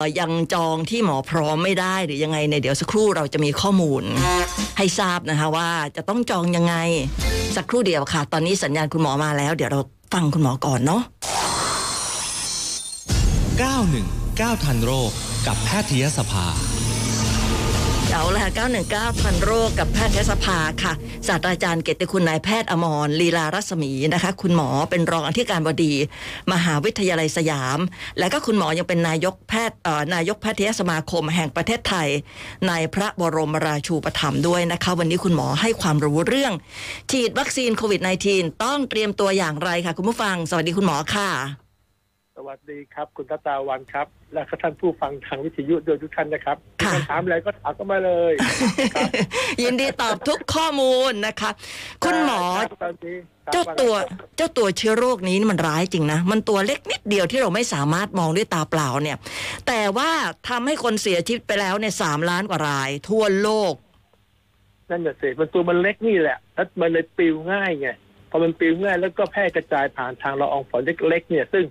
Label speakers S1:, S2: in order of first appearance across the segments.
S1: เอ่อยังจองที่หมอพร้อมไม่ได้หรือยังไงในยเดี๋ยวสักครู่เราจะมีข้อมูล ให้ทราบนะคะว่าจะต้องจองยังไง สักครู่เดียวค่ะ ตอนนี้สัญญาณคุณหมอมาแล้ว เดี๋ยวเราฟังคุณหมอก่อนเนาะ
S2: 919 ทันโรคกับแพทยสภา
S1: เอาละค่ะ919พันโรคกับแพทยสภาค่ะ ศาสตราจารย์เกยรติคุณนายแพทย์อมรลีลารัศมีนะคะ คุณหมอเป็นรองอธิการบดี มหาวิทยาลัยสยาม และก็คุณหมอยังเป็นนายกแพทย์เอ่อนายกแพทยสมาคมแห่งประเทศไทย ในพระบรมราชูปถัมภ์ด้วยนะคะ วันนี้คุณหมอให้ความรู้เรื่อง ฉีดวัคซีนโควิด -19 ต้องเตรียมตัวอย่างไรค่ะ คุณผู้ฟัง สวัสดีคุณหมอค่ะ
S3: สวัสดีครับ คุณตาตาวันครับ และก็ท่านผู้ฟังทางวิทยุโดวยทุกท่านนะครับ
S1: ค่ะ
S3: ท่านถามอะไรก็ถามเข้ามาเลย
S1: ยินดีตอบทุกข้อมูลนะคะ คุณหมอ
S3: ครับตอนนี้ครับ
S1: เจ้าตัวเจ้าตัวเชื้อโรคนี้นี่มันร้ายจริงนะ มันตัวเล็กนิดเดียวที่เราไม่สามารถมองด้วยตาเปล่าเนี่ย แต่ว่าทำให้คนเสียชีวิตไปแล้วเนี่ยสามล้านกว่าราย ทั่วโลก
S3: นั่นน่ะสิมันตัวมันเล็กนี่แหละแล้วมันเลยปลิวง่ายไงพอมันปลิวง่ายแล้วก็แพร่กระจายผ่านทางละอองฝอยเล็กๆเนี่ย ซึ่ง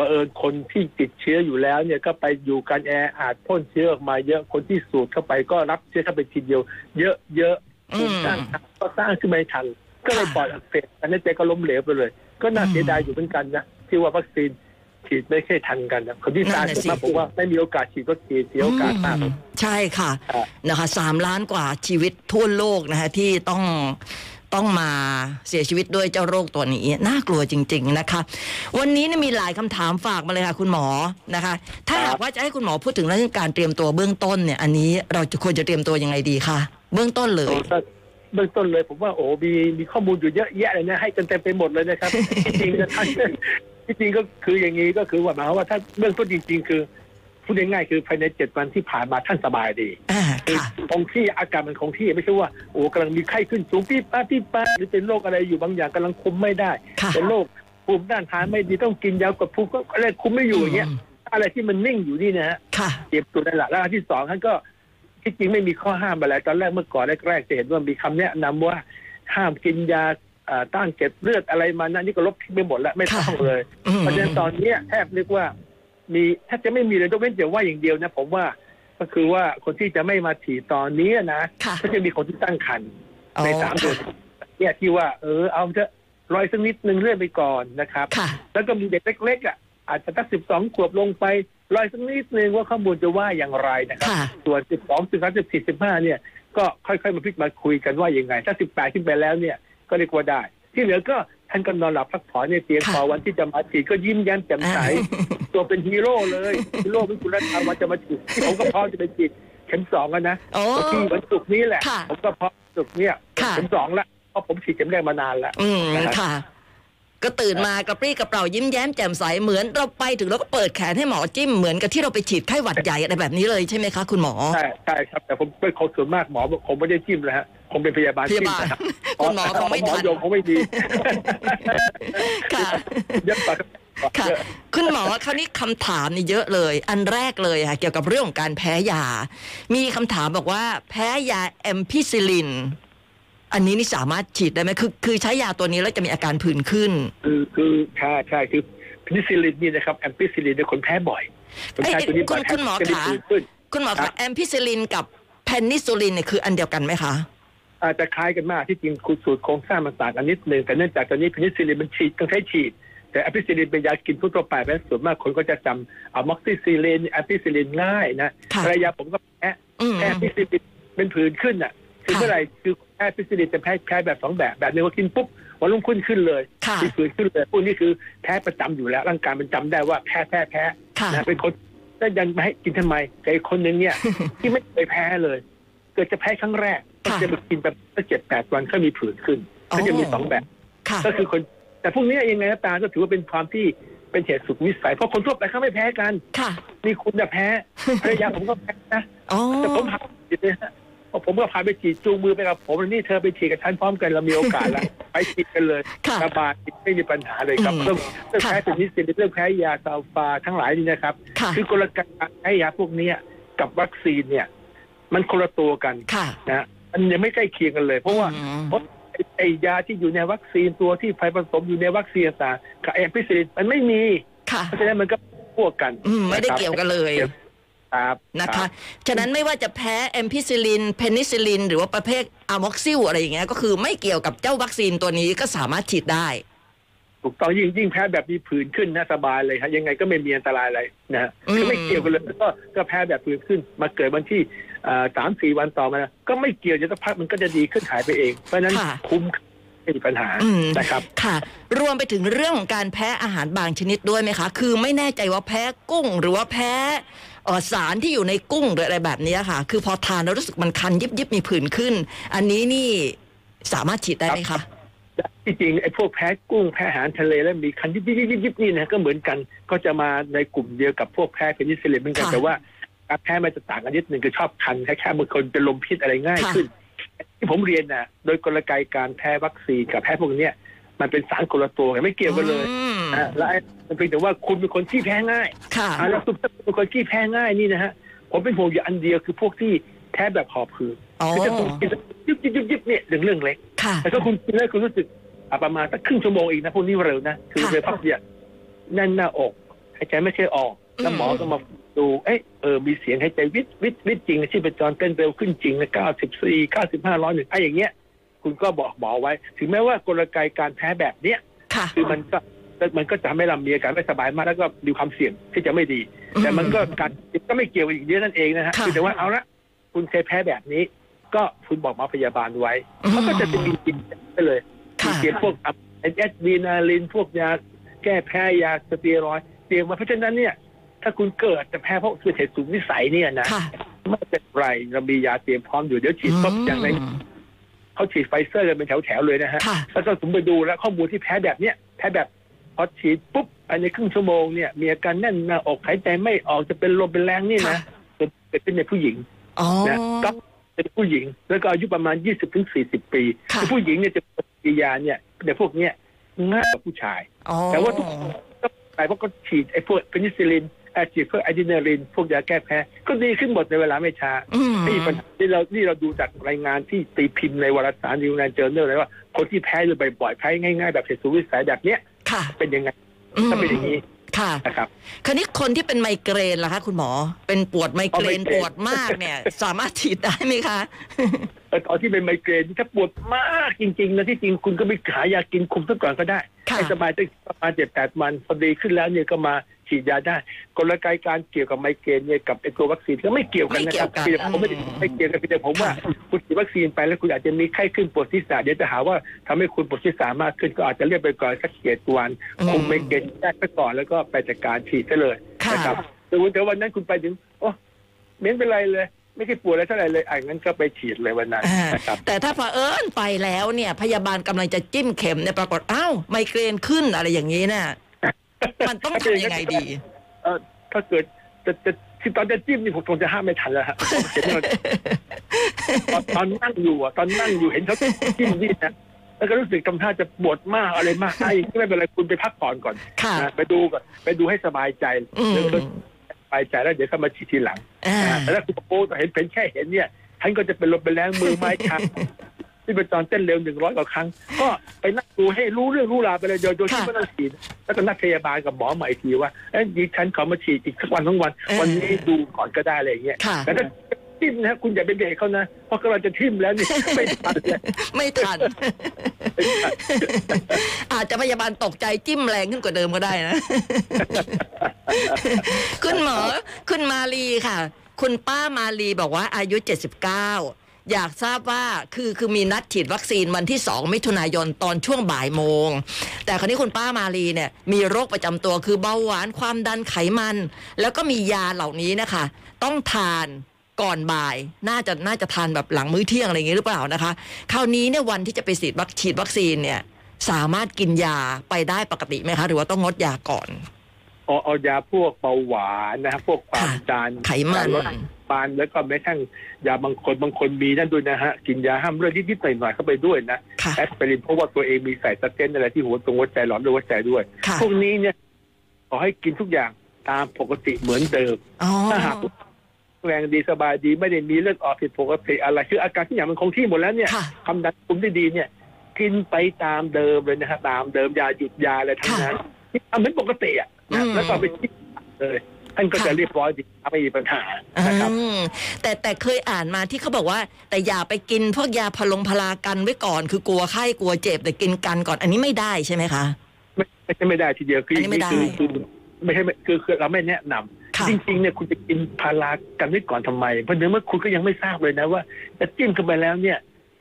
S3: บังเอิญคนที่ติดเชื้ออยู่แล้วเนี่ยก็ไปอยู่กันแออาจพ่นเชื้อออกมาเยอะคนที่สูดเข้าไปก็รับเชื้อเข้าไปทีเดียว เยอะเยอะๆ
S1: อืม
S3: ภูมิต้านทานก็สร้างขึ้นไม่ทัน ก็เลยปอดอักเสบอันนี้เจ๊ก็ล้มเหลวไปเลย ก็น่าเสียดายอยู่เหมือนกันนะที่ว่าวัคซีนฉีดไม่ค่อยทันกันนะคนที่ตาย
S1: นั่นน่ะสิ
S3: มาบอกว่าไม่มีโอกาสฉีดวัคซีนเสียโอกาสมาก
S1: อืมใช่ค่ะ
S3: ครับ
S1: นะคะสามล้านกว่าชีวิตทั่วโลกนะคะที่ต้องต้องมาเสียชีวิตด้วยเจ้าโรคตัวนี้ น่ากลัวจริง ๆนะคะ วันนี้เนี่ยมีหลายคำถามฝากมาเลยค่ะคุณหมอนะคะ ถ้าหากว่าจะให้คุณหมอพูดถึงเรื่องการเตรียมตัวเบื้องต้นเนี่ย อันนี้เราจะควรจะเตรียมตัวยังไงดีคะเบื้องต้นเลย
S3: ก็เบื้องต้นเลยผมว่าโอ้มีมีข้อมูลอยู่เยอะแยะเลยนะให้กันเต็มไปหมดเลย นะครับ ที่จริงนะท่านที่จริงก็คืออย่างนี้ก็คือว่าหมายความว่าถ้าเบื้องต้นจริง ๆ คือพูดง่ายๆคือภายในเจ็ดวันที่ผ่านมาท่านสบายดี
S1: อ่า
S3: คือ
S1: ค่ะ
S3: คงที่อาการมันคงที่ไม่ใช่ว่าโอ้กำลังมีไข้ขึ้นสูงปี๊ดป้าดปี๊ดป้าดหรือเป็นโรคอะไรอยู่บางอย่างกำลังคุมไม่ได้
S1: ค่ะ
S3: เป็นโรคภูมิด้านทานไม่ดีต้องกินยากดภูมิก็อะไรคุมไม่อยู่อย่างเงี้ยอะไรที่มันนิ่งอยู่นี่นะฮะ
S1: ค่ะ
S3: เตรียมตัวนั่นแหละแล้วอันที่สองท่านก็ที่จริงไม่มีข้อห้ามอะไรตอนแรกเมื่อก่อนแรกๆจะเห็นว่ามีคำแนะนำว่าห้ามกินยาเอ่อต้านเก็บเลือดอะไรมานั่นนี่ก็ลบทิ้งไปหมดแล้วไม่ต้องเลย
S1: อืม
S3: เพราะฉะนั้นตอนเนี้ยแทบเรียกว่า มีแทบจะไม่มีเลยยกเว้นแต่ว่าอย่างเดียวนะผมว่าก็คือว่าคนที่จะไม่มาฉีดตอนนี้นะ
S1: ค่ะ
S3: ก็จะมีคนที่ตั้งครรภ์
S1: อ๋อ
S3: ในสามเดือนเนี่ยที่ว่าเออเอาเถอะรอยสักนิดนึงเลื่อนไปก่อนนะครับ
S1: ค่ะ
S3: แล้วก็มีเด็กเล็กๆอ่ะอาจจะตั้งสิบสองขวบลงไปลอยสักนิดนึงว่าข้อมูลจะว่าอย่างไรนะครับ
S1: ค่ะ
S3: ส่วนสิบสองสิบสามสิบสี่สิบห้าเนี่ยก็ค่อยๆมาพลิกมาคุยกันว่ายังไง ถ้าสิบแปดขึ้นไปแล้วเนี่ยก็เรียกว่าได้ ที่เหลือก็ท่านก็นอนหลับพักผ่อนเนี่ยเตรียม
S1: ค่ะ
S3: พอวันที่จะมาฉีดก็ยิ้มแย้มแจ่ม ใส ตัวเป็นฮีโร่เลยฮีโร่เป็นคุณรัฐาวันจะมาฉีดผมก็พร้อมจะไปฉีดเข็มสองแล้วนะ
S1: โอ้
S3: วันที่วันศุกร์นี้แหละ
S1: ค่ะ
S3: ผมก็พร้อมวันศุกร์เนี่ย
S1: ค่ะ
S3: เข็มสองละเพราะผมฉีดเข็มแรกมานานแล้ว
S1: อืม
S3: นะครับ
S1: ค่ะ ก็ตื่นมากระปรี้กระเปร่ายิ้มแย้มแจ่มใสเหมือนเราไปถึงเราก็เปิดแขนให้หมอจิ้มเหมือนกับที่เราไปฉีดไข้หวัดใหญ่อะไรแบบนี้เลยใช่ไหมคะคุณหมอ
S3: ใช่ใช่ครับแต่ผมเป็นคนส่วนมากหมอคงไม่ได้จิ้มนะฮะคงเป็นพยาบาล
S1: พ
S3: จิ้
S1: ยาม บาล
S3: นะรับ
S1: คุณหมอคงไม่
S3: หมอ
S1: ทัน
S3: โยงคงไม่ดี
S1: ค่ะ
S3: เยอะไป
S1: ค่ะ คุณหมอคราวนี้คำถามนี่เยอะเลย อันแรกเลยค่ะ เกี่ยวกับเรื่องของการแพ้ยา มีคำถามบอกว่า แพ้ยาแอมพิซิลิน อันนี้นี่สามารถฉีดได้ไหมคือคือใช้ยาตัวนี้แล้วจะมีอาการผื่นขึ้น
S3: คือคือใช่ใช่คือเพนิซิลลินนี่นะครับแอมพิซิลลินเนี่ยคนแพ้บ่อยคนแพ้
S1: เอ้ย
S3: ตัวนี้บ่อย
S1: คุณคุณหมอ
S3: จะได้
S1: คะ
S3: ดีขึ้น
S1: คุณหมอ
S3: ครั
S1: คะ
S3: บ
S1: แอมพิซิลินกับเพนนิซิลินเนี่ยคืออันเดียวกันไหมคะ
S3: อาจจะคล้ายกันมากที่จริงคุณสูตรโครงสร้างมันต่างกันนิดนึงแต่เนื่องจากตอนนี้เพนิซิลลินมันฉีดต้องใช้ฉีด แต่แอมพิซิลลินเป็นยากินทั่วๆไปเพราะฉะนั้นส่วนมากคนก็จะจำอะม็อกซิซิลินแอมพิซิลลินง่ายนะ
S1: ค่ะ
S3: ภรรยาผมก็แพ้
S1: อืม
S3: แพ้พิซิลินเป็นผื่นขึ้นอ่ะ คือ
S1: ค่ะ
S3: เมื่อไหร่คือแพ้พิซิลินจะแพ้แพ้แบบสองแบบแบบหนึงว่ากินปุ๊บวันรุ่งขึ้นขึ้นเลย
S1: ค่ะ
S3: มีผื่นขึ้นเลยพวกนี้คือแพ้ประจำอยู่แล้ว ร่างกายมันจำได้ว่าแพ้แพ้แพ้
S1: ค่ะ
S3: นะเป็นคนแล้วยังไม่ให้กินทำไมแต่อีกคนนึงเนี่ย ที่ไม่เคยแพ้เลย เกิดจะแพ้ครั้งแรกก็
S1: ค่ะ
S3: จะมากินแบบสักเจ็ดแปดวันก็มีผื่นขึ้นก็จะมีสองแบบ
S1: ค่ะ
S3: ก็คือคนแต่พวกนี้ยังไงก็ตามก็ถือว่าเป็นความที่เป็นเหตุสุดวิสัยเพราะคนทั่วไปเขาไม่แพ้กัน
S1: ค่ะ
S3: มีคุณจะแพ้ ภรรยาผมก็แพ้นะ
S1: อ๋อ
S3: แต่ผมพาไปฉีดเลยฮะเพราะผมก็พาไปฉีดจูงมือไปกับผม นี่เธอไปฉีดกับฉันพร้อมกันเรามีโอกาส ละ ไปฉีดกันเลย
S1: ค่ะ
S3: สบายไม่มีปัญหาเลยครับ
S1: อืม
S3: เรื่องเรื่อง
S1: ค่ะ
S3: แพ้เป็นนิสสิตเรื่องแพ้ยาซาฟาทั้งหลายนี่นะครับ
S1: ค่ะ
S3: คือกลไกการแพ้ยาพวกเนี้ยกับวัคซีนเนี่ย มันคนละตัวกัน
S1: ค่ะ
S3: นะมันยังไม่ใกล้เคียงกันเลย เพราะว่า
S1: อืม
S3: เพราะไอ้ไอยาที่อยู่ในวัคซีนตัวที่ไฟผสมอยู่ในวัคซีนต่างๆกับแอมพิซิลินมันไม่มี
S1: ค่ะ
S3: เพราะฉะนั้นมันก็พวกกัน
S1: อืม ไม่ได้
S3: นะครับ
S1: เกี่ยวกันเลย
S3: เกี่ยว ครับ
S1: นะคะ
S3: รับ
S1: ฉะนั้นไม่ว่าจะแพ้แอมพิซิลิน เพนิซิลิน หรือว่าประเภทอะม็อกซิลอะไรอย่างเงี้ย ก็คือไม่เกี่ยวกับเจ้าวัคซีนตัวนี้ก็สามารถฉีดได้
S3: ถูกต้องยิ่งยิ่งแพ้แบบมีผื่นขึ้นนะสบายเลยฮะยังไงก็ไม่มีอันตรายอะไรนะฮะ
S1: อืม
S3: ก็ไม่เกี่ยวกันเลยแล้วก็ก็แพ้แบบผื่นขึ้น มาเกิดวันที่เอ่อสามสี่วันต่อมานะก็ไม่เกี่ยวเดี๋ยวสักพักมันก็จะดีขึ้นหายไปเอง เพราะฉะนั้น
S1: ค่ะ
S3: คุ้มไม่มีปัญหา
S1: อืม
S3: นะครับ
S1: ค่ะ รวมไปถึงเรื่องของการแพ้อาหารบางชนิดด้วยไหมคะ คือไม่แน่ใจว่าแพ้กุ้ง หรือว่าแพ้เอ่อสารที่อยู่ในกุ้งหรืออะไรแบบเนี้ยค่ะ คือพอทานแล้วรู้สึกมันคันยิบยิบมีผื่นขึ้น อันนี้นี่สามารถฉีดได้ไหมคะ
S3: ที่จริงไอ้พวกแพ้กุ้งแพ้อาหารทะเลและมีคันยิบยิบยิบยิบยิบนี่นะก็เหมือนกันก็จะมาในกลุ่มเดียวกับพวกแพ้เพนิซิลลินเหมือนกัน
S1: ค่ะ
S3: แต่ว่าการแพ้มันจะต่างกันนิดหนึ่งคือชอบคันแค่แค่บางคนเป็นลมพิษอะไรง่ายขึ้น ที่ผมเรียนนะโดยกลไกการแพ้วัคซีนกับแพ้พวกเนี้ยมันเป็นสารคนละตัวกันไม่เกี่ยวกันเลย
S1: อืม
S3: นะและไอ้มันเพียงแต่ว่าคุณเป็นคนที่แพ้ง่าย
S1: ค่ะ
S3: อ่าแล้วคุณเป็นคนที่แพ้ง่ายนี่นะฮะ ผมเป็นห่วงอยู่อันเดียวคือพวกที่แพ้แบบหอบหืด
S1: อ๋อ
S3: คือถ้าคุณกินแล้วยิบยิบยิบยิบเนี่ยเรื่องเรื่องเล็ก
S1: ค่ะ
S3: แต่ถ้าคุณกินแล้วคุณรู้สึกอ่ะประมาณสักครึ่งชั่วโมงเองนะพวกนี้เร็วนะ คือ
S1: ค่ะ
S3: เร็วพักเดียวแน่นหน้าอกหายใจไม่เคอยออก แล้วหมอ
S1: อืม
S3: ก็มาดู เอ๊ะเออมีเสียงหายใจวิตวิตวิตจริงนะชีพจรเต้นเร็วขึ้นจริงนะเก้าสิบสี่เก้าสิบห้าร้อยหนึ่งไอ้อย่างเงี้ย คุณก็บอกหมอไว้ ถึงแม้ว่ากลไกการแพ้แบบเนี้ย
S1: ค่ะ
S3: คือมันก็มันก็จะทำให้เรามีอาการไม่สบายมากแล้วก็มีความเสี่ยงที่จะไม่ดี
S1: อืม
S3: แต่มันก็การก็ไม่เกี่ยวกับอีกเยอะนั่นเองนะฮะ
S1: ค่ะ
S3: คือแต่ว่าเอาละคุณเคยแพ้แบบนี้ ก็คุณบอกหมาพยาบาลไว้
S1: อื
S3: มันก็จะมีกินไปเลยมี
S1: ค่ะ
S3: เกียพวกแอดวีนาลินพวกยาแก้แพ้ยาสเตียรอยด์เตรียมมาเพราะฉะนั้นเนี่ย ถ้าคุณเกิดจะแพ้เพราะเกิดเหตุสูงวิสัยเนี่ยนะ
S1: ค่ะ
S3: ไม่เป็นไรเรามียาเตรียมพร้อมอยู่เดี๋ยวฉีดปุ๊บอย่างไร
S1: ม
S3: เขาฉีดไฟเซอร์กันเป็นแถวๆเลยนะฮะ
S1: ค่ะ
S3: แล้วก็ผมไปดูแล้วข้อมูลที่แพ้แบบเนี้ยแพ้แบบพอฉีดปุ๊บภายในครึ่งชั่วโมงเนี่ยมีอาการแน่นหน้าอกหายใจไม่ออกจะเป็นลมเป็นแรงนี่
S1: ค่ะ
S3: นะเกิดขึ้นในผู้หญิง
S1: อ๋อ
S3: นะก็เป็นผู้หญิง แล้วก็อายุประมาณ 20ถึง40 ปี
S1: ค่ะ
S3: คือผู้หญิงเนี่ยจะปฏิกิริยาเนี่ยในพวกเนี้ยง่ายกว่าผู้ชาย
S1: อ๋อ
S3: แต่ว่าทุกคนก็ไปเพราะก็ฉีดไอ้พวกเพนิซิลินไอ้ฉีดพวกอะดรีนาลิน พวกยาแก้แพ้ก็ดีขึ้นหมดในเวลาไม่ช้า
S1: อืม
S3: นี่ปัญหาที่เรานี่เราดูจากรายงานที่ตีพิมพ์ในวารสารนิวแลนเจอร์เนอร์เลยว่าคนที่แพ้อยู่บ่อยๆแพ้ง่ายๆ แบบเฉยสุวิสัยแบบเนี้ย
S1: ค่ะ
S3: เป็นยังไง
S1: อืม
S3: ถ้าเป็นอย่างนี้
S1: ค่ะ
S3: นะครับ
S1: คราวนี้คนที่เป็นไมเกรนล่ะคะคุณหมอ เป็นปวดไมเกรน
S3: เอาไมเกรน
S1: ปวดมากเนี่ย สามารถฉีดได้ไหมคะ
S3: เออตอนที่เป็นไมเกรนถ้าปวดมากจริงๆนะที่จริงคุณก็ไปหายากินคุมซะก่อนก็ได้
S1: ค่ะ
S3: ให้สบายตั้งประมาณเจ็ดแปดวันพอดีขึ้นแล้วเนี่ยก็มาฉีดยาได้กลไกการเกี่ยวกับไมเกรนเนี่ยกับไอตัววัคซีนก็ไม่เกี่ยวกันนะครั
S1: ไม่เกี่
S3: เพีย
S1: ยว
S3: ง
S1: กัน
S3: แต่ผมไม่ได้ไม่เกี่ยวกันเพียงแต่ผมว่า
S1: ค่ะ
S3: คุณฉีดวัคซีนไปแล้วคุณอาจจะมีไข้ขึ้นปวดศีรษะเดี๋ยวจะหาว่าทำให้คุณปวดศีรษะมากขึ้นก็อาจจะเรียกไปก่อนสักเจ็ดวัน คุมไมเกรนได้ซะก่อนแล้วก็ไปจัดการฉีดซะเลย
S1: ค่ะ
S3: นะครับแต่วันแต่วันนั้นคุณไปถึงโอ้เม้นเป็นไรเลย ไม่ได้ปวดอะไรเท่าไหร่เลยอ่ะงั้นก็ไปฉีดเลยวันนั้น
S1: อ่า
S3: นะครับ
S1: แต่ถ้าเผอิญไปแล้วเนี่ย พยาบาลกำลังจะจิ้มเข็มเนี่ยปรากฏอ้าวไมเกรนขึ้นอะไรอย่างนี้น่ะ มันต้องทำยังไงดี
S3: เออถ้าเกิดจะจะที่ตอนจะจิ้มนี่ผมคงจะห้ามไม่ทันแล้ว ฮะ ผมเห็นว่าตอนตอนนั่งอยู่อ่ะตอนนั่งอยู่เห็นเขาจิ้มนี่นะแล้วก็รู้สึกทำท่าจะปวดมากอะไรมากไอ้ไม่เป็นไรคุณไปพักผ่อนก่อน
S1: ค่ะ
S3: นะไปดูก่อนไปดูให้สบายใจ
S1: อืม
S3: แล้วก็สบายใจแล้วเดี๋ยวเข้ามาฉีดทีหลัง
S1: อ่า
S3: แต่ถ้าคุณโป้เห็นเป็นแค่เห็นเนี่ยท่านก็จะเป็นลมเป็นแรงมือไม้ชา ที่เป็นตอนเต้นเร็วหนึ่งร้อยกว่าครั้ง ก็ไปนั่งดูให้รู้เรื่องรู้ราวไปเลยโดยโดยที่
S1: ค่ะ
S3: ไม่ต้องฉีดแล้วก็นัดพยาบาลกับหมอใหม่อีกทีว่าเอ้ยดิฉันขอมาฉีดอีกสักวันทั้งวัน
S1: เออ
S3: วันนี้ดูก่อนก็ได้อะไรอย่างเงี้ย
S1: ค่ะ
S3: แต่ถ้าทิมนะคุณอย่าไปเบรกเขานะเพราะกำลังจะทิมแล้ว นี่ ไม่ทันแล้ว
S1: ไม่ทัน อาจจะพยาบาลตกใจจิ้มแรงขึ้นกว่าเดิมก็ได้นะ คุณหมอ คุณมาลีค่ะ คุณป้ามาลีบอกว่าอายุ 79 อยากทราบว่าคือคือมีนัดฉีดวัคซีนวันที่ 2 มิถุนายนตอนช่วงบ่ายโมง แต่คราวนี้คุณป้ามาลีเนี่ยมีโรคประจำตัวคือเบาหวานความดันไขมัน แล้วก็มียาเหล่านี้นะคะ ต้องทานก่อนบ่าย น่าจะน่าจะทานแบบหลังมื้อเที่ยงอะไรอย่างงี้หรือเปล่านะคะ คราวนี้เนี่ยวันที่จะไปฉีดวัคฉีดวัคซีนเนี่ยสามารถกินยาไปได้ปกติไหมคะ หรือว่าต้องงดยาก่อน
S3: เอาเอายาพวกเบาหวานนะฮะพวกความ
S1: ค่ะ
S3: ดัน
S1: ไขมัน
S3: ลดปานแล้วก็แม้กระทั่งยาบางคนบางคนมีนั่นด้วยนะฮะกินยาห้ามเลือดนิดๆหน่อยๆเข้าไปด้วยนะ
S1: ค่ะ
S3: แอสไพรินเพราะว่าตัวเองมีสายสเตนอะไรที่หัวตรงหัวใจหลอดเลือดหัวใจด้วย
S1: ค่ะ
S3: พวกนี้เนี่ยขอให้กินทุกอย่างตามปกติเหมือนเดิม
S1: อ๋อ
S3: ถ้าหากแรงดีสบายดีไม่ได้มีเลือดออกผิดปกติอะไร คืออาการทุกอย่างมันคงที่หมดแล้วเนี่ย
S1: ค่ะ
S3: คำดันคุมได้ดีเนี่ย กินไปตามเดิมเลยนะฮะตามเดิมยาหยุดยาอะไรทั้งนั้นทำเหมือนปกติอ่ะนะ
S1: อืม
S3: แล้วก็ไปคิดเลย ท่านก็
S1: ค่ะ
S3: จะเรียบร้อยดีครับไม่มีปัญหานะครับ
S1: อืมแต่แต่เคยอ่านมาที่เขาบอกว่า แต่อย่าไปกินพวกยาพลงพลากันไว้ก่อน คือกลัวไข้กลัวเจ็บแต่กินกันก่อนอันนี้ไม่ได้ใช่ไหมคะ
S3: ไม่ไม่ใช่ไม่ได้ทีเดียวคื
S1: น
S3: อ
S1: นี้ไม่ได้
S3: คือคือไม่ใช่ไม่คือคือเราไม่แนะนำ
S1: ค่ะ
S3: จริงๆเนี่ยคุณจะกินพารากันไว้ก่อนทำไม เพราะเนื่องเมื่อคุณก็ยังไม่ทราบเลยนะว่าจะจิ้มเข้าไปแล้วเนี่ย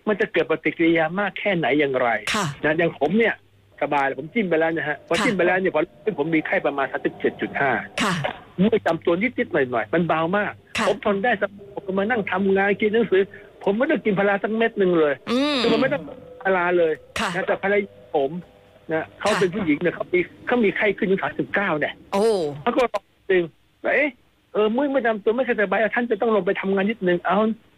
S3: มันจะเกิดปฏิกิริยามากแค่ไหนอย่างไร
S1: ค่ะ
S3: นะอย่างผมเนี่ยสบายเลยผมจิ้มไปแล้วนะฮะพอ
S1: ค่ะ
S3: จิ้มไปแล้วเนี่ยพอผมมีไข้ประมาณสักเจ็ดจุดห้า
S1: ค่ะ
S3: เมื่อจำตัวนิดๆหน่อยๆมันเบามาก
S1: ค่ะ
S3: ผมทนได้สบายผมก็มานั่งทำงานกินหนังสือ ผมไม่ต้องกินพาราสักเม็ดหนึ่งเลย
S1: อืม
S3: คือมันไม่ต้องพาราเลย
S1: ค่ะ
S3: นะแต่ภรรยาผมนะเขา
S1: ค่ะ
S3: เป็นผู้หญิงเนี่ยเขามีเขามีไข้ขึ้นถึงสามสิบเก้าเนี่ย
S1: โอ้
S3: เขาก็ลองดึงว่าเอ๊ะเออเมื่อไม่นำตัวไม่สบายอ่ะท่านจะต้องลงไปทำงานนิดนึงเอา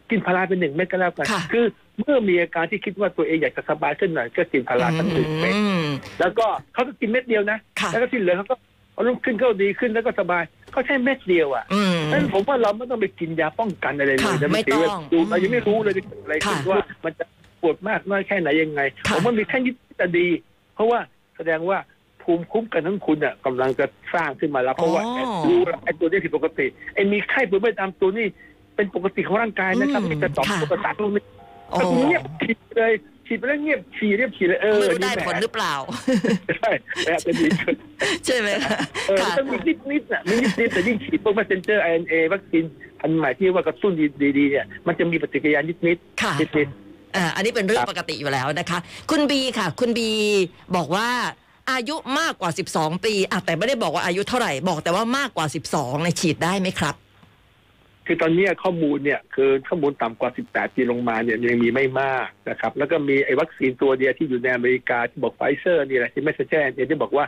S3: กินพาราเป็นหนึ่งเม็ดก็แล้วกันคือเมื่อมีอาการที่คิดว่าตัวเองอยากจะสบายขึ้นหน่อยก็กินพาราสักหนึ่งเม็ด
S1: อืม
S3: แล้วก็เขาก็กินเม็ดเดียวนะ
S1: ค่ะ
S3: แล้วก็ที่เหลือเขาก็เอาลุกขึ้นเขาดีขึ้นแล้วก็สบายเขาใช้เม็ดเดียวอ่ะ
S1: อืม
S3: นั้นผมว่าเราไม่ต้องไปกินยาป้องกันอะไรเลย
S1: ค่ะ
S3: นะ
S1: ไม่ต้อง
S3: เสียเวลาดูเรายังไม่รู้เลยจะเกิดอะไรขึ้น
S1: ค่ะ
S3: ว่ามันจะปวดมากน้อยแค่ไหนยังไง
S1: ค่ะ
S3: ผมว่ามีแค่นิดจะดี เพราะว่าแสดงว่าภูมิคุ้มกันทั้งคุณอ่ะกำลังจะสร้างขึ้นมาแล้วเพราะว่ารู้แล้วไอ้ตัวนี้ผิดปกติไอ้มีไข้ปวดไม่ตามตัวนี่เป็นปกติของร่างกายนะครับมีแต่ต่อมตัวประสาทลงนี่
S1: โอ้
S3: เงียบฉีดเลยฉีดไปแล้วเงียบฉีดเรียบฉีดเลยเออ
S1: ไม่รู้ได้
S3: นี่แหละ
S1: ผลหรือเปล่า
S3: ใช่แต่เป็นดีขึ้น
S1: ใช่ไหมคะ
S3: เออ
S1: ค่ะ
S3: ต้องมีนิดนิดน่ะมีนิดนิดแต่ยิ่งฉีดพวกเมสเซนเจอร์ไอเอ็นเอวัคซีนอันใหม่ที่ว่ากระตุ้นดีๆเนี่ยมันจะมีปฏิกิริยานิดนิด
S1: ค่ะ
S3: นิดนิด
S1: อ่าอันนี้เป็นเรื่อง
S3: ครับ
S1: ปกติอยู่แล้วนะคะ คุณบีค่ะ คุณบีบอกว่าอายุมากกว่า 12 ปีอ่ะแต่ไม่ได้บอกว่าอายุเท่าไหร่ บอกแต่ว่ามากกว่า 12ในยฉีดได้ไหมครับ
S3: คือตอนเนี้ยข้อมูลเนี่ยคือข้อมูลต่ำกว่า 18 ปีลงมาเนี่ยยังมีไม่มากนะครับแล้วก็มีไอ้วัคซีนตัวเดียวที่อยู่ในอเมริกาที่บอกไฟเซอร์นี่แหละที่ไม่ใช่แจ้งเนี่ยที่บอกว่า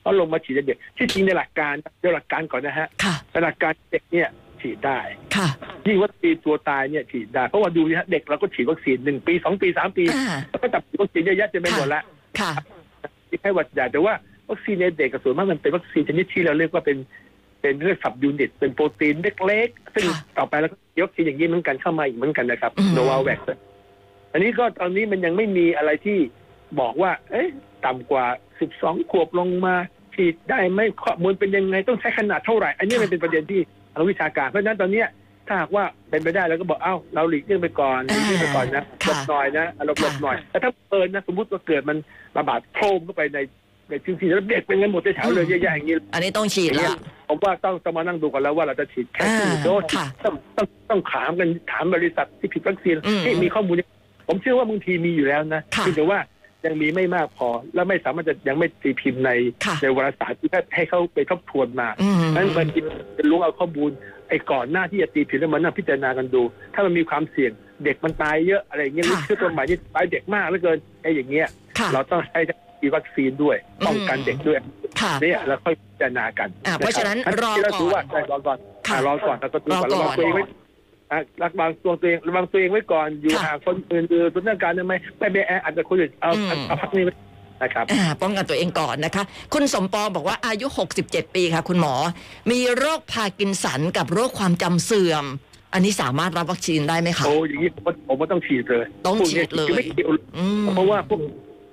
S3: เอาลงมาฉีดเด็กที่จริงในหลักการเดี๋ยวหลักการก่อนนะฮะ
S1: ค่ะ
S3: ในหลักการเด็กเนี่ยฉีดได้
S1: ค่ะ
S3: ยิ่งวัคซีนตัวตายเนี่ยฉีดได้เพราะว่าดูนะฮะเด็กเราก็ฉีดวัคซีนหนึ่งปีสองปีสามปี
S1: อ่า
S3: แล้วก็จับฉีดวัคซีนเยอะแยะเต็มไปหมดละ
S1: ค่ะ
S3: ที่ไข้หวัดใหญ่แต่ว่าวัคซีนในเด็กกับส่วนมากมันเป็นวัคซีนชนิดที่เราเรียกว่าเป็นเป็นเลือดสับยูนิต เป็นโปรตีนเล็กๆ ซึ่ง
S1: ค่ะ
S3: ต่อไปแล้วก็ยกซีนอย่างนี้เหมือนกันเข้ามาอีกเหมือนกันนะครับ
S1: อืม
S3: โนวาแวกอันนี้ก็ตอนนี้มันยังไม่มีอะไรที่บอกว่า เอ๊ะต่ำกว่า 12 ขวบลงมาฉีดได้ไหมข้อมูลเป็นยังไงต้องใช้ขนาดเท่าไหร่ อันนี้มันเป็นประเด็นที่ทางวิชาการเพราะฉะนั้นตอนเนี้ยถ้าหากว่าเป็นไปได้แล้วก็บอกเอ้าเราหลีกเลี่ยงไปก่อนหลีกเลี่ยงไปก่อนนะหลบหน่อยนะหลบหลบหน่อยแต่ถ้าเปิดนะสมมติว่าเกิดมัน ระบาดโครมเข้าไปในในพื้นที่แล้วเด็กเป็นกันหมดในแถวเลยเยอะแยะอย่างนี้
S1: อันนี้ต้องฉีดละ
S3: ผมว่าต้องต้องมานั่งดูกันแล้วว่าเราจะฉีดแค่กี่โดส
S1: อ่าค่ะ
S3: ต้องต้องต้องถามกันถามบริษัทที่ผิดวัคซีน
S1: อืม
S3: ที่มีข้อมูลเนี่ยผมเชื่อว่าบางทีมีอยู่แล้วนะ
S1: ค่ะ
S3: เพียงแต่ว่ายังมีไม่มากพอ และไม่สามารถจะยังไม่ตีพิมพ์ใน
S1: ค่ะ
S3: ในวารสารที่ให้เขาไปทบทวนมา
S1: อืม
S3: นั้นมันจะรู้เอาข้อมูลไอ้ก่อนหน้าที่จะตีผิดแล้วมันน่าพิจารณากันดู ถ้ามันมีความเสี่ยงเด็กมันตายเยอะอะไรอย่างเงี้ยหรือ
S1: ค่ะ
S3: เชื่อตัวใหม่ที่ตายเด็กมากเหลือเกินไอ้อย่างเงี้ย
S1: ค่ะ
S3: เราต้องให้มีวัคซีนด้วยป้องกันเด็กด้วย
S1: ค่ะ
S3: เนี่ยเราค่อยพิจารณากัน
S1: อ่ะเพราะฉะนั้นรอก่อน
S3: เราถือว่าใช่รอก่อน
S1: ค่ะ
S3: อ่ะรอก่อนเราก็ดู
S1: รอก่
S3: ก่อนระวั
S1: อง น
S3: ตัวเองไว้อ่ะรักบางตัวตัวเองระวังตัวเองไว้ก่อนอยู่
S1: ค่ะ
S3: ห่างคนอื่นๆสถานการณ์ได้ไหมไม่ไปแออัดกับคนอื่นเอา
S1: อืม
S3: เอาเอาพักนี้ไว้นะครับ
S1: อ่าป้องกันตัวเองก่อนนะคะ คุณสมปองบอกว่าอายุ 67 ปีค่ะ คุณหมอ มีโรคพาร์กินสันกับโรคความจำเสื่อม อันนี้สามารถรับวัคซีนได้ไหมคะ
S3: โอ้อย่างนี้ผมว่าผมว่าต้องฉีดเลย
S1: ต้อง
S3: พวกนี้
S1: ฉีดเลย
S3: คือไม่เกี่ยว
S1: อืม
S3: เพราะว่าพวก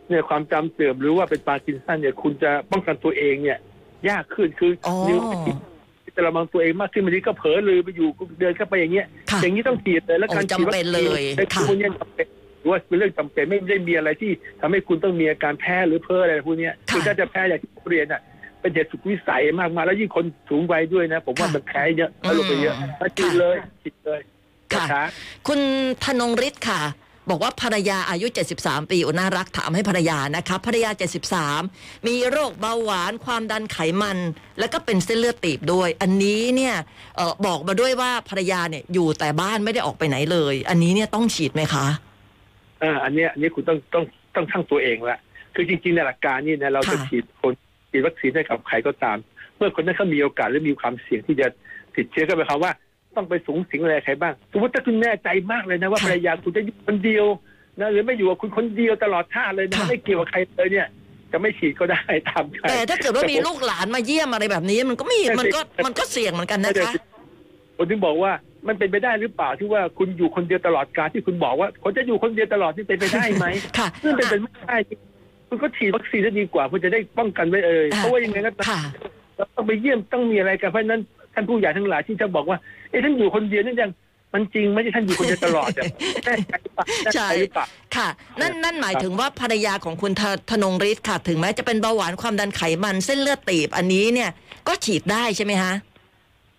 S3: เนี่ยความจำเสื่อมหรือว่าเป็นปาร์กินสันเนี่ยคุณจะป้องกันตัวเองเนี่ย ยากขึ้นคือ
S1: อ๋อ
S3: นิ้วจะระวังตัวเองมากขึ้นบางทีก็เผลอลืมไปอยู่เดินเข้าไปอย่างเงี้ย
S1: ค่ะ
S3: อย่างนี้ต้องฉีดเลยแล้วการ
S1: โอ้จำเป็นเลย
S3: เป็น
S1: ค่ะ
S3: คุณเนี่ยจำเป็นหรือว่าเป็นเรื่องจำเป็นไม่ได้มีอะไรที่ทำให้คุณต้องมีอาการแพ้หรือเพ้ออะไรพวกเนี้ย
S1: ค่ะ
S3: คือถ้าจะแพ้อย่างที่ผมเรียนอ่ะเป็นเหตุสุดวิสัยมากมายแล้วยิ่งคนสูงวัยด้วยนะ ผมว่า
S1: ค่ะ
S3: มันแพ้เยอะแล้วลงไปเยอะ
S1: อืม
S3: ถ้าฉีดเลยฉีดเลย
S1: ค่ะ
S3: นรับ
S1: คุณธนงฤทธิ์ค่ะ บอกว่าภรรยาอายุ 73 ปีโอน่ารักถามให้ภรรยานะคะภรรยา 73 มีโรคเบาหวานความดันไขมัน แล้วก็เป็นเส้นเลือดตีบด้วย อันนี้เนี่ยเออบอกมาด้วยว่าภรรยาเนี่ยอยู่แต่บ้านไม่ได้ออกไปไหนเลย อันนี้เนี่ยต้องฉีดไหมคะ
S3: เอ่ออันเนี้ยอันนี้คุณต้องต้องต้องทั้งตัวเองละคือจริงๆในหลักการนี่นะเราจะ
S1: ค่ะ
S3: ฉีดคนฉีดวัคซีนให้กับใครก็ตาม เมื่อคนนั้นเขามีโอกาสหรือมีความเสี่ยงที่จะติดเชื้อก็หมายความว่าต้องไปสูงสิงอะไรใครบ้างสมมติถ้าคุณแน่ใจมากเลยนะว่าภรรยาคุณจะอยู่คนเดียวนะหรือไม่อยู่กับคุณคนเดียวตลอดชาติเลยนะไม่เกี่ยวกับใครเลยเนี่ย จะไม่ฉีดก็ได้ตามใจ
S1: แต่ถ้าเกิดว่ามีลูกหลานมาเยี่ยมอะไรแบบนี้ มันก็มี
S3: แต่
S1: มันก็
S3: แต่
S1: มันก็เสี่ยงเหมือนกันนะคะ
S3: คนที่บอกว่ามันเป็นไปได้หรือเปล่าที่ว่าคุณอยู่คนเดียวตลอดการที่คุณบอกว่าคนจะอยู่คนเดียวตลอดนี่เป็นไปได้ไหม
S1: ค่ะ
S3: ซึ่งเป็นไป
S1: อ่ะ
S3: ไม่ได้คุณก็ฉีดวัคซีนจะดีกว่าเพื่อจะได้ป้องกันไว้เอ่ย
S1: อ่ะ
S3: เพราะว่ายังไงก็ตาม
S1: ค่ะ
S3: เราต้องไปเยี่ยมต้องมีอะไรกันเพราะฉะนั้น ท่านผู้ใหญ่ทั้งหลายที่จะบอกว่าเอ้ท่านอยู่คนเดียวนั่นยังมันจริงไหม่ใช่ท่านอยู่คนเดียวตลอดอะแน่ ใจหรือเปล่าแน่ใจหรือเปล่า
S1: ค่ะ นั่นนั่นหมายถึงว่าภรรยาของคุณธธนงฤทธิ์ค่ะ ถึงแม้จะเป็นเบาหวานความดันไขมันเส้นเลือดตีบอันนี้เนี่ยก็ฉีดได้ใช่ไหมคะ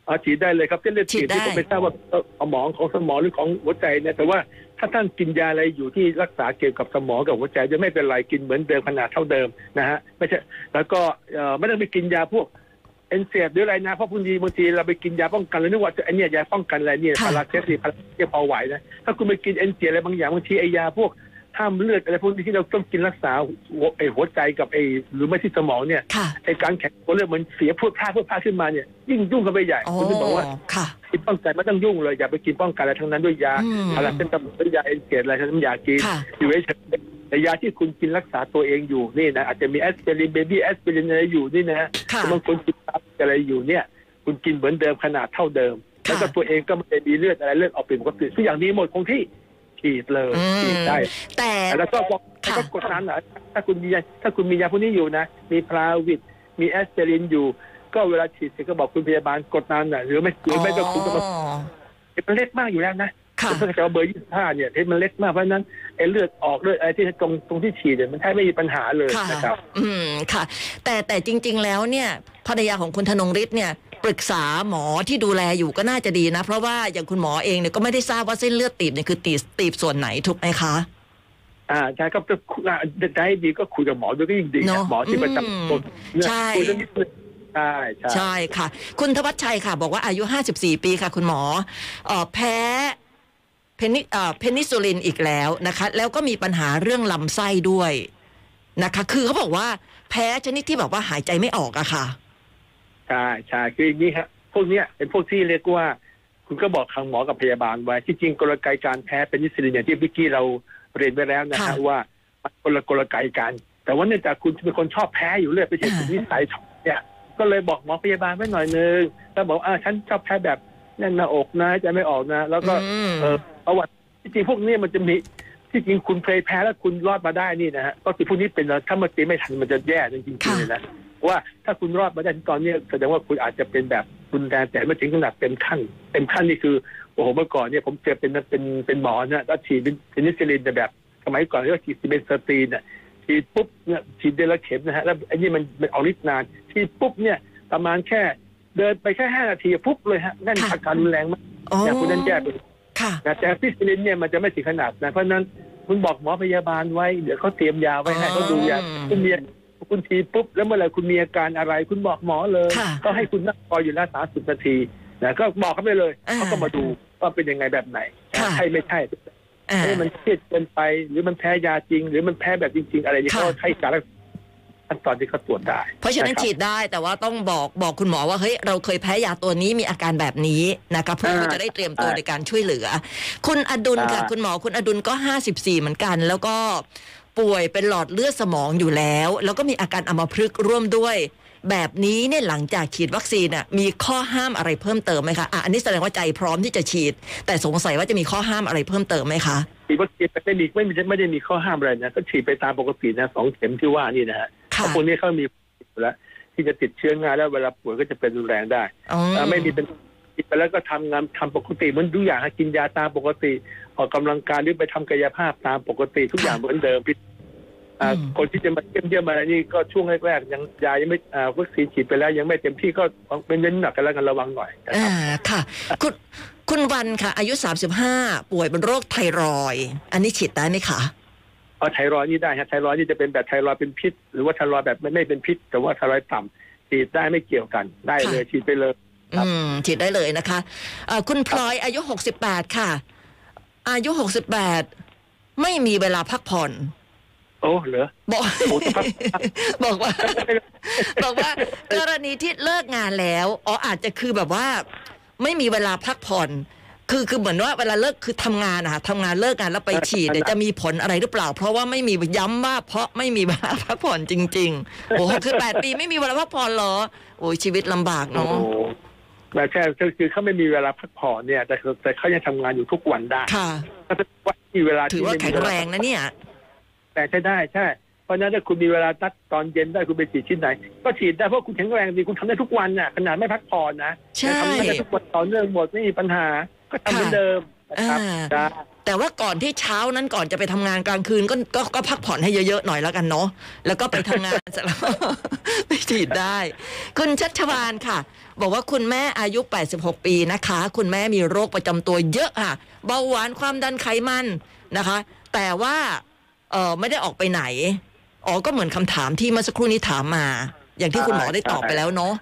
S3: อาฉีดได้เลยครับเส้นเลือด
S1: ฉี
S3: ตี
S1: ด
S3: บที่
S1: ได้
S3: ผมไม่ทราบว่าเอ่อเอาหมองของสมองหรือของหัวใจเนี่ยแต่ว่าถ้าท่านกินยาอะไรอยู่ที่รักษาเกี่ยวกับสมองกับหัวใจจะไม่เป็นไรกินเหมือนเดิมขนาดเท่าเดิมนะฮะไม่ใช่แล้วก็เอ่อไม่ต้องไปกินยาพวกเอนเซหรืออะไรนะเพราะบางทีบางทีเราไปกินยาป้องกันแล้วนึกว่าไอ้เนี่ยยาป้องกันอะไรเนี่ย
S1: ค่ะ
S3: พาราเซตดีพาราเซตพอไหวนะถ้าคุณไปกินเอนเซอะไรบางอย่างบางทีไอยาพวกห้ามเลือดอะไรพวกนี้ที่เราต้องกินรักษาหัวไอหัวใจกับไอหรือไม่ที่สมองเนี่ย
S1: ค่ะ
S3: ไอการแข็งตัวเลือดมันเสียพูดพลาดพูดพลาดขึ้นมาเนี่ยยิ่งยุ่งเข้าไปใหญ่
S1: อ๋อ
S3: คุณถึงบอกว่า
S1: ค่ะ
S3: กินป้องกันไม่ต้องยุ่งเลยอย่าไปกินป้องกันอะไรทั้งนั้นด้วยยา
S1: อืม
S3: พาราเซตามอลด้วยยาเอนเกตอะไรทั้งนั้นอย่ากิน
S1: ค่ะ
S3: อยู่เฉยๆแต่ยาที่คุณกินรักษาตัวเองอยู่นี่นะอาจจะมีแอสไพรินเบบี้แอสไพรินอะไรอยู่นี่นะฮะ
S1: ค่ะ
S3: บางคนกินอะไรอยู่เนี่ย คุณกินเหมือนเดิมขนาดเท่าเดิม
S1: ค่ะ
S3: แล้วก็ตัวเองก็ไม่ได้มีเลือดอะไรเลือดออกเป็นปกติทุกอย่างนี้หมดคงที่ฉีดเลย
S1: อื
S3: ฉี
S1: ม
S3: ดได้
S1: แต่
S3: แล้วก็บอก
S1: ค่ะ
S3: ก็กดน้ำหน่อยถ้าคุณมียาถ้าคุณมียาพวกนี้อยู่นะ มีพราวิดมีแอสไพรินอยู่ ก็เวลาฉีดเสร็จก็บอกคุณพยาบาลกดน้ำหน่อยหรือไม่หรือไม่ก็คุณก็มา
S1: อ๋อ
S3: มันเล็กมากอยู่แล้วนะ
S1: ค่ะ
S3: ผมเข้าใจว่าเบอร์ยี่ห้าเนี่ยเทปมันเล็กมากเพราะฉะนั้นไอ้เลือดออกเลือดอะไรที่ตรงตรงที่ฉีดเนี่ยมันแทบไม่มีปัญหาเลย
S1: ค่ะ
S3: นะครับ
S1: อืมค่ะ แต่แต่จริง ๆ แล้วเนี่ยภรรยาของคุณธนงฤทธิ์เนี่ยปรึกษาหมอที่ดูแลอยู่ก็น่าจะดีนะ เพราะว่าอย่างคุณหมอเองเนี่ยก็ไม่ได้ทราบว่าเส้นเลือดตีบเนี่ยคือตีบตีบส่วนไหนถูกไหมคะ
S3: อ่าใช่ครับจะได้ดีก็คุยกับหมอด้วยก็ยิ่งดี
S1: เน
S3: นะ
S1: อะ
S3: หมอที่ประ
S1: อืม
S3: จำตัวเนี่ย
S1: ใช่
S3: คุยเรื่องนี้ใช่ใช่
S1: ใช่ค่ะ คุณธวัชชัยค่ะ บอกว่าอายุ 54 ปีค่ะ คุณหมอเอ่อแพ้เพนิเอ่อเพนิซิลลินอีกแล้วนะคะ แล้วก็มีปัญหาเรื่องลำไส้ด้วยนะคะ คือเขาบอกว่าแพ้ชนิดที่แบบว่าหายใจไม่ออกอะค่ะ
S3: ใช่ใช่คืออย่างนี้ครับพวกเนี้ยเป็นพวกที่เรียกว่า คุณก็บอกทางหมอกับพยาบาลไว้ที่จริงกลไกการแพ้เป็นนิสซิลินอย่างที่พี่กี้เราเรียนไปแล้วนะ
S1: ค่ะ
S3: ฮะว่ามันคนละกลไกกัน แต่ว่าเนื่องจากคุณเป็นคนชอบแพ้อยู่เรื่อยไปเห็น
S1: ค่ะ
S3: นิสัยชอบเนี่ยก็เลยบอกหมอพยาบาลไว้หน่อยนึงแล้วบอกอ่าฉันชอบแพ้แบบแน่นหน้าอกนะจะไม่ออกนะ แล้วก็
S1: อืม
S3: เออประวัติที่จริงพวกเนี้ยมันจะมีที่จริงคุณเคยแพ้แล้วคุณรอดมาได้นี่นะฮะก็คือพวกนี้เป็นแล้วถ้ามันตีไม่ทันมันจะแย่จริงๆเลยนะ ว่าถ้าคุณรอดมาได้ถึงตอนนี้แสดงว่าคุณอาจจะเป็นแบบรุนแรงแต่ไม่ถึงขนาดเต็มขั้นเต็มขั้นนี่คือโอ้โหเมื่อก่อนเนี่ยผมเจอเป็นเป็นเป็นหมอนะแล้วฉีดเป็นนิสซิลินแต่แบบ สมัยก่อนเรียกว่าฉีดซิเบนสเตีนอ่ะฉีดปุ๊บเนี่ยฉีดเดือนละเข็มนะฮะแล้วไอ้นี่มันมันออกฤทธิ์นานฉีดปุ๊บเนี่ยประมาณแค่ เดินไปแค่ห้านาทีปุ๊บเลยฮะนั่น
S1: ค่ะ
S3: อาการรุนแรงมาก
S1: อ๋อ
S3: อย่างคุณนั่นแย่ไป
S1: ค่ะ
S3: นะแต่พิสซิลินเนี่ยมันจะไม่ถึงขนาดนะเพราะฉะนั้นคุณบอกหมอพยาบาลไว้ เดี๋ยวเขาเตรียมยาไว้ให้
S1: อ๋อ
S3: เขาดูยาคุณมีคุณทีปุ๊บ แล้วเมื่อไหร่คุณมีอาการอะไร คุณบอกหมอเลย
S1: ค่ะ
S3: ก็ให้คุณนั่งคอยอยู่แล้วสามสิบนาทีนะก็บอกเขาไปเลย
S1: อ่า
S3: เขาก็มาดูว่าเป็นยังไงแบบไหน
S1: ค่ะ
S3: ใช่ไม่ใช่
S1: อ่า
S3: เอ้ยมันเครียดเกินไป หรือมันแพ้ยาจริง หรือมันแพ้แบบจริง ๆ อะไรเนี่ย
S1: ค่ะ
S3: ก็ให้การรักษาขั้นตอนที่เขาตรวจได้
S1: เพราะฉะนั้น
S3: คบ
S1: ฉีดได้แต่ว่าต้องบอกบอกคุณหมอว่าเฮ้ยเราเคยแพ้ยาตัวนี้มีอาการแบบนี้นะคะเพื่อที่จะได้เตรียมตัวในการช่วยเหลือ คุณอดุล
S3: อ่า
S1: ค่ะคุณหมอคุณอดุลก็ 54 เหมือนกัน แล้วก็ป่วยเป็นหลอดเลือดสมองอยู่แล้ว แล้วก็มีอาการอัมพฤกษ์ร่วมด้วย แบบนี้เนี่ยหลังจากฉีดวัคซีนน่ะมีข้อห้ามอะไรเพิ่มเติมไหมคะอ่ะอันนี้แสดงว่าใจพร้อมที่จะฉีด แต่สงสัยว่าจะมีข้อห้ามอะไรเพิ่มเติมไหมคะ
S3: ฉีดวัคซีนไปไม่มีไม่มีไม่ได้มีข้อห้ามอะไรนะก็ฉีดไปตามปกตินะสองเข็มที่ว่านี่นะฮะ
S1: ค่ะ
S3: เพราะพวกนี้เขามีอยู่แล้วที่จะติดเชื้อง่ายแล้วเวลาป่วยก็จะเป็นรุนแรงได้
S1: อ๋อ
S3: อ่าไม่มีเป็นฉีดไปแล้วก็ทำงานทำปกติเหมือนทุกอย่างฮะกินยาตามปกติ ออกกำลังกายหรือไปทำกายภาพตามปกติทุกอย่างเหมือนเดิมพี่อ่า
S1: อืม
S3: คนที่จะมาเยี่ยมเยี่ยมอะไรนี่ก็ช่วงแรกๆยังยายังไม่อ่าวัคซีนฉีดไปแล้วยังไม่เต็มที่ก็เป็นเน้นหนักกันแล้วกันระวังหน่อยนะครับ
S1: อ่าค่ะ คุณคุณวันค่ะ อายุ 35 ป่วยเป็นโรคไทรอยด์อันนี้ฉีดได้ไหมคะ
S3: เอาไทรอยด์นี่ได้ฮะไทรอยด์นี่จะเป็นแบบไทรอยด์เป็นพิษ หรือว่าไทรอยด์แบบไม่ไม่เป็นพิษ แต่ว่าไทรอยด์ต่ำฉีดได้ไม่เกี่ยวกัน ได้เลยฉีดไปเลย ครับ
S1: อืม ฉีดได้เลยนะคะเอ่อคุณพลอยอายุ 68 ค่ะ อายุ 68 ไม่มีเวลาพักผ่อน
S3: โอ้เหรอ
S1: บอก
S3: โอ้จะพัก
S1: บอกว่า บอกว่า กรณีที่เลิกงานแล้วอ๋ออาจจะคือแบบว่า ไม่มีเวลาพักผ่อน คือคือเหมือนว่าเวลาเลิกคือทำงานนะคะทำงานเลิกงานแล้วไปฉีดเนี่ยจะมีผลอะไรหรือเปล่า เพราะว่าไม่มีย้ำว่าเพราะไม่มีเวลาพักผ่อนจริง ๆ โอ้โหคือแปดปีไม่มีเวลาพักผ่อนเหรอ โอ้ยชีวิตลำบาก
S3: โอ้
S1: เนาะ
S3: แต่แค่คือเขาไม่มีเวลาพักผ่อนเนี่ย แต่เขาแต่เขายังทำงานอยู่ทุกวันได้
S1: ค่ะ
S3: ก็แสดงว่ามีเวลา
S1: ถือว่า
S3: ไม่
S1: แข็ง
S3: มี
S1: แรงนะเนี่ย
S3: แต่ใช่ได้ใช่ ราะฉะนั้นถ้าคุณมีเวลานัดตอนเย็นได้คุณไปฉีดที่ไหน ก็ฉีดได้เพราะคุณแข็งแรงดีคุณทำได้ทุกวันน่ะขนาดไม่พักผ่อนนะ
S1: ใช่
S3: ทำได้ทุกวันต่อเนื่องหมดไม่มีปัญหา ก็ทำเหมือนเดิมนะครับ
S1: อ่า
S3: จ้า
S1: แต่ว่าก่อนที่เช้านั้นก่อนจะไปทำงานกลางคืนก็ก็ก็พักผ่อนให้เยอะๆหน่อยแล้วกันเนาะแล้วก็ไปทำงานเสร็จแล้ว ไม่ฉีดได้ คุณชัชวานค่ะ บอกว่าคุณแม่อายุ 86 ปีนะคะ คุณแม่มีโรคประจำตัวเยอะค่ะ เบาหวานความดันไขมันนะคะ แต่ว่าเออไม่ได้ออกไปไหนอ๋อก็เหมือนคำถามที่เมื่อสักครู่นี้ถามมา อย่างที่คุณหมอได้ตอบไปแล้วเนาะ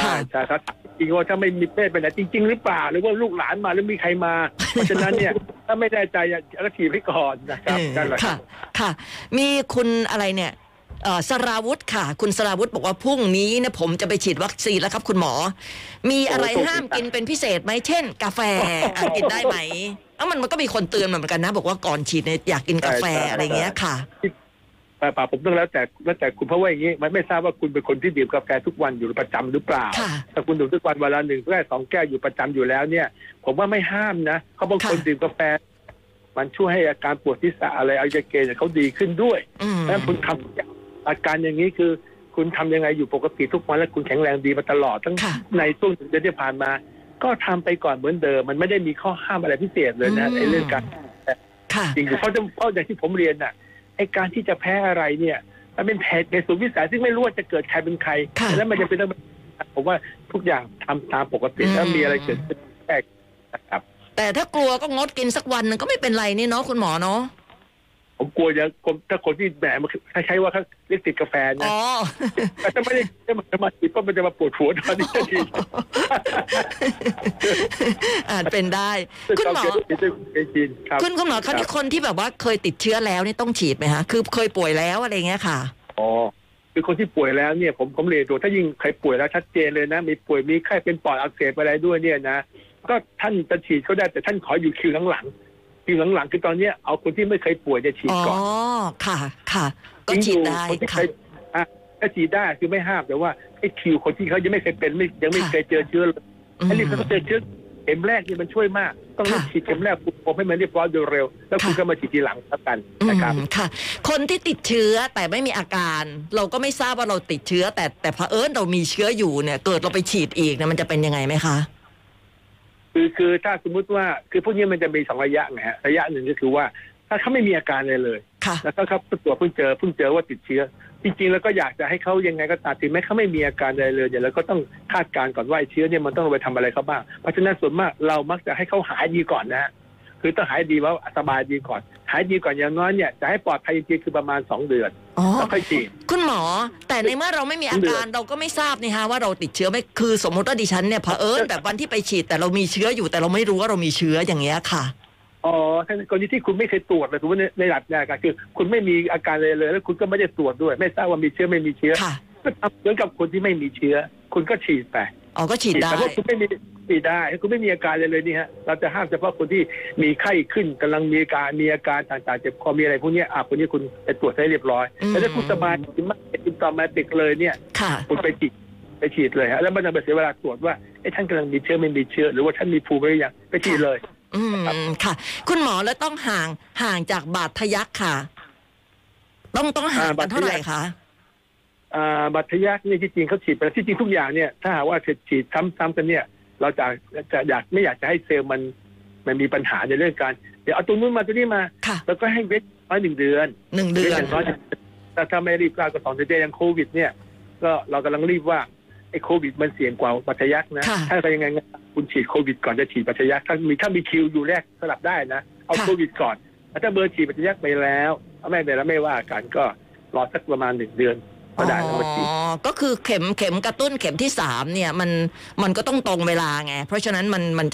S1: ค่ะ
S3: ใช่ใช่ครับจริงว่าถ้าไม่มีเพศไปไหนจริง ๆ หรือเปล่า หรือว่าลูกหลานมาหรือมีใครมา เพราะฉะนั้นเนี่ยถ้าไม่ได้ใจอ่ะก็ฉีดไปก่อนนะค
S1: เอ
S3: รับ
S1: อ
S3: นั่นแหละ
S1: ค่ะ ค่ะ มีคุณอะไรเนี่ยเอ่อสราวุธค่ะ คุณสราวุธบอกว่าพรุ่งนี้เนะผมจะไปฉีดวัคซีนแล้วครับคุณหมอ มีอะไรห้ามกินเป็นพิเศษไหมเช่น กาแฟอ่ะกินได้ไหมเอ้ามันมันก็มีคนเตือนมาเหมือนกันนะ บอกว่าก่อนฉีดเนี่ยอยากกินกาแฟอะไรอย่างเงี้ยค่ะ
S3: ป่าป่าผมต้องแล้วแต่แล้วแต่คุณเพราะว่าอย่างนี้ มันไม่ทราบว่าคุณเป็นคนที่ดื่มกาแฟทุกวันอยู่ประจำหรือเปล่า
S1: ค่ะ
S3: ถ้าคุณดื่มทุกวันวันละหนึ่งแก้วสองแก้วอยู่ประจำอยู่แล้วเนี่ย ผมว่าไม่ห้ามนะเขาะบางคน
S1: ค่ะ
S3: ดื่มกาแฟ มันช่วยให้อาการปวดศีรษะอะไรอาจเกณฑ์เขาดีขึ้นด้วย
S1: อืม
S3: ดังนั้นคุณทำอาการอย่างนี้คือ คุณทำยังไงอยู่ปกติทุกวันและคุณแข็งแรงดีมาตลอด ทั้ง
S1: ค่ะ
S3: ในช่วงเดือนที่ผ่านมา ก็ทำไปก่อนเหมือนเดิม มันไม่ได้มีข้อห้ามอะไรพิเศษเลยนะ
S1: อืม
S3: ในเรื่องการ
S1: ค่ะ
S3: จริงๆเพราะจะเพราะอย่างที่ผมเรียนน่ะไอการที่จะแพ้อะไรเนี่ยมันเป็นแผนในสูนย์วิสัยซึ่งไม่รู้ว่าจะเกิดใครเป็นใคร
S1: ค่ะ
S3: แล้วมันจะเป็นเรื่องผมว่าทุกอย่างทำตามปกติถ้ามีอะไรเกิดขึ้นแก้นะครับ
S1: แต่ถ้ากลัวก็งดกินสักวันหนึงก็ไม่เป็นไรนี่เนาะคุณหมอเนาะ
S3: ผมกลัวจะคนถ้าคนที่แหมมันถ้าใช้ว่าเขาเรียกติดกาแฟนะ
S1: อ๋ อ
S3: แต่ถ้าไม่ได้ไม่ได้มาติดก็มันจะมาปวดหัวตอนนี้ทันที
S1: อาจเป็นได้
S3: ซึ่ง
S1: คุณห
S3: เรา
S1: มอ
S3: เกิดที่ในจีนครับ
S1: คุณคุณหมอคะที่คนที่แบบว่าเคยติดเชื้อแล้วนี่ต้องฉีดไหมคะคือเคยป่วยแล้วอะไรอย่างเงี้ยค่ะ
S3: อ๋อคือคนที่ป่วยแล้วเนี่ยผมผมเรียนตัวถ้ายิ่งใครป่วยแล้วชัดเจนเลยนะ มีป่วยมีไข้เป็นปอดอักเสบอะไรด้วยเนี่ยนะ ก็ท่านจะฉีดก็ได้แต่ท่านขออยู่คิวหลังๆคิวหลังๆคือตอนเนี้ยเอาคนที่ไม่เคยป่วยจะฉีด
S1: อ๋อ
S3: ก่อน
S1: ค่ะ ค่ะ ก็
S3: จริ
S1: ฉี
S3: ง
S1: ด
S3: อยู่
S1: ได้
S3: คนที่เค
S1: ค่ะ
S3: ยอ่ะก็ฉีดได้คือไม่ห้ามแต่ว่าไอ้คิวคนที่เขายังไม่เคยเป็นไม่ยังไม่
S1: ค่ะ
S3: เคยเจอเชื้อเลย
S1: อืม
S3: ไอ้นี่เขาเจอเชื้อเข็มแรกเนี่ยมันช่วยมาก ต้องรีบ
S1: ค่ะ
S3: ฉีดเข็มแรกปุ๊บผมให้มันเรียบร้อยโดยเร็ว แล้วคุณ
S1: ค่ะ
S3: ก็มาฉีดทีหลังแล้วกันนะครับ
S1: อืมค่ะ คนที่ติดเชื้อแต่ไม่มีอาการ เราก็ไม่ทราบว่าเราติดเชื้อ แต่แต่เผอิญเรามีเชื้ออยู่เนี่ย เกิดเราไปฉีดอีกเนี่ยมันจะเป็นยังไงไหมคะ
S3: คือคือถ้าสมมุติว่าคือพวกนี้มันจะมีสองระยะไงฮะระยะหนึ่งก็คือว่าถ้าเขาไม่มีอาการเลยเลย
S1: ค่ะ
S3: แล้วก็เขาตรวจเพิ่งเจอเพิ่งเจอว่าติดเชื้อ จริงๆ แล้วก็อยากจะให้เขายังไงก็ตามถึงแม้เขาไม่มีอาการอะไรเลยเนี่ยเราก็ต้องคาดการณ์ก่อนว่าไอ้เชื้อเนี่ยมันต้องเอาไปทำอะไรเขาบ้างเพราะฉะนั้นส่วนมากเรามักจะให้เขาหายดีก่อนนะฮะคือต้องหายดีว่าสบายดีก่อน หายดีก่อนอย่างน้อยเนี่ยจะให้ปลอดภัยจริงๆคือประมาณสองเดือน
S1: อ๋อ
S3: แล้วค่อยฉีด
S1: คุณหมอ แต่ในเมื่อเราไม่มีอาการเราก็ไม่ทราบนี่ฮะว่าเราติดเชื้อไหม่คือ สมมติว่าดิฉันเนี่ยเผอิญแบบวันที่ไปฉีดแต่เรามีเชื้ออยู่แต่เราไม่รู้ว่าเรามีเชื้ออย่างเงี้ยค่ะ
S3: อ๋อถ้ากรณีที่คุณไม่เคยตรวจเลยสมมติในในหลักเนี่ยก็คือ คุณไม่มีอาการเลยเลย แล้วคุณก็ไม่ได้ตรวจด้วย ไม่ทราบว่ามีเชื้อไม่มีเชื้อ
S1: ค่ะ
S3: ก็ทำเหมือนกับคนที่ไม่มีเชื้อ คุณก็ฉีดไป
S1: อ๋อ ก็ฉีดได้
S3: แต่ว่าคุณไม่มีฉีดได้ถ้าคุณไม่มีอาการเลยเลยนี่ฮะเราจะห้ามเฉพาะคนที่มีไข้ขึ้นกำลังมีอาการมีอาการต่างๆเจ็บคอมีอะไรพวกเนี้ยอ่ะคนนี้คุณไปตรวจให้เรียบร้อย
S1: อืม
S3: แต่ถ้าคุณสบายคุณไม่เป็นซิมตอมแมติกเลยเนี่ย
S1: ค่ะ
S3: คุณไปฉีดไปฉีดเลยฮะแล้วมันจะไปเสียเวลาตรวจว่าไอ้ท่านกำลังมีเชื้อไม่มีเชื้อ หรือว่าท่านมีภูมิหรือยังไปฉีดเลย
S1: อืมค่ะ คุณหมอแล้วต้องห่างห่างจากบาดทะยักค่ะ ต้องต้องห่างกับ
S3: อ่าาน ด
S1: เท่าไหร่
S3: ทะยัก
S1: คะ
S3: อ่าบัตรทะยักเนี่ยที่จริงเขาฉีดไปแล้วที่จริงทุกอย่างเนี่ยถ้าหากว่าฉีดซ้ำๆกันเนี่ย เราจะจะอยากไม่อยากจะให้เซลล์มันมันมีปัญหาในเรื่องการเดี๋ยวเอาตัวนู้นมาตัวนี้มา
S1: ค่ะ
S3: แล้วก็ให้เว้นร้อยหนึ่งเดือน
S1: หนึ่งเดือน
S3: ว้ย่างร้อยหงถ้าถ้าไม่รีบกล้าก็สองเดือนอย่างโควิด เนี่ย ก็เรากำลังรีบว่าไอ้โควิดมันเสี่ยงกว่าบัตรทะยักนะ
S1: ค่ะ
S3: ถ้าไปยังไงคุณฉีดโควิดก่อนจะฉีดบัตรทะยักถ้ามีถ้ามีคิวอยู่แรกสลับได้นะเอาโควิดก่อนแล้วถ้าเบอร์ฉีดบัตรทะยักไปแล้วเอาไม่ไปแล้วไม่ว่ากันก็รอสักประมาณหนึ่งเดือนก็ได้แล้วมาฉีด
S1: อ๋อ ก็คือเข็มเข็มกระตุ้นเข็มที่สามเนี่ย มันมันก็ต้องตรงเวลาไง เพราะฉะนั้นมันมัน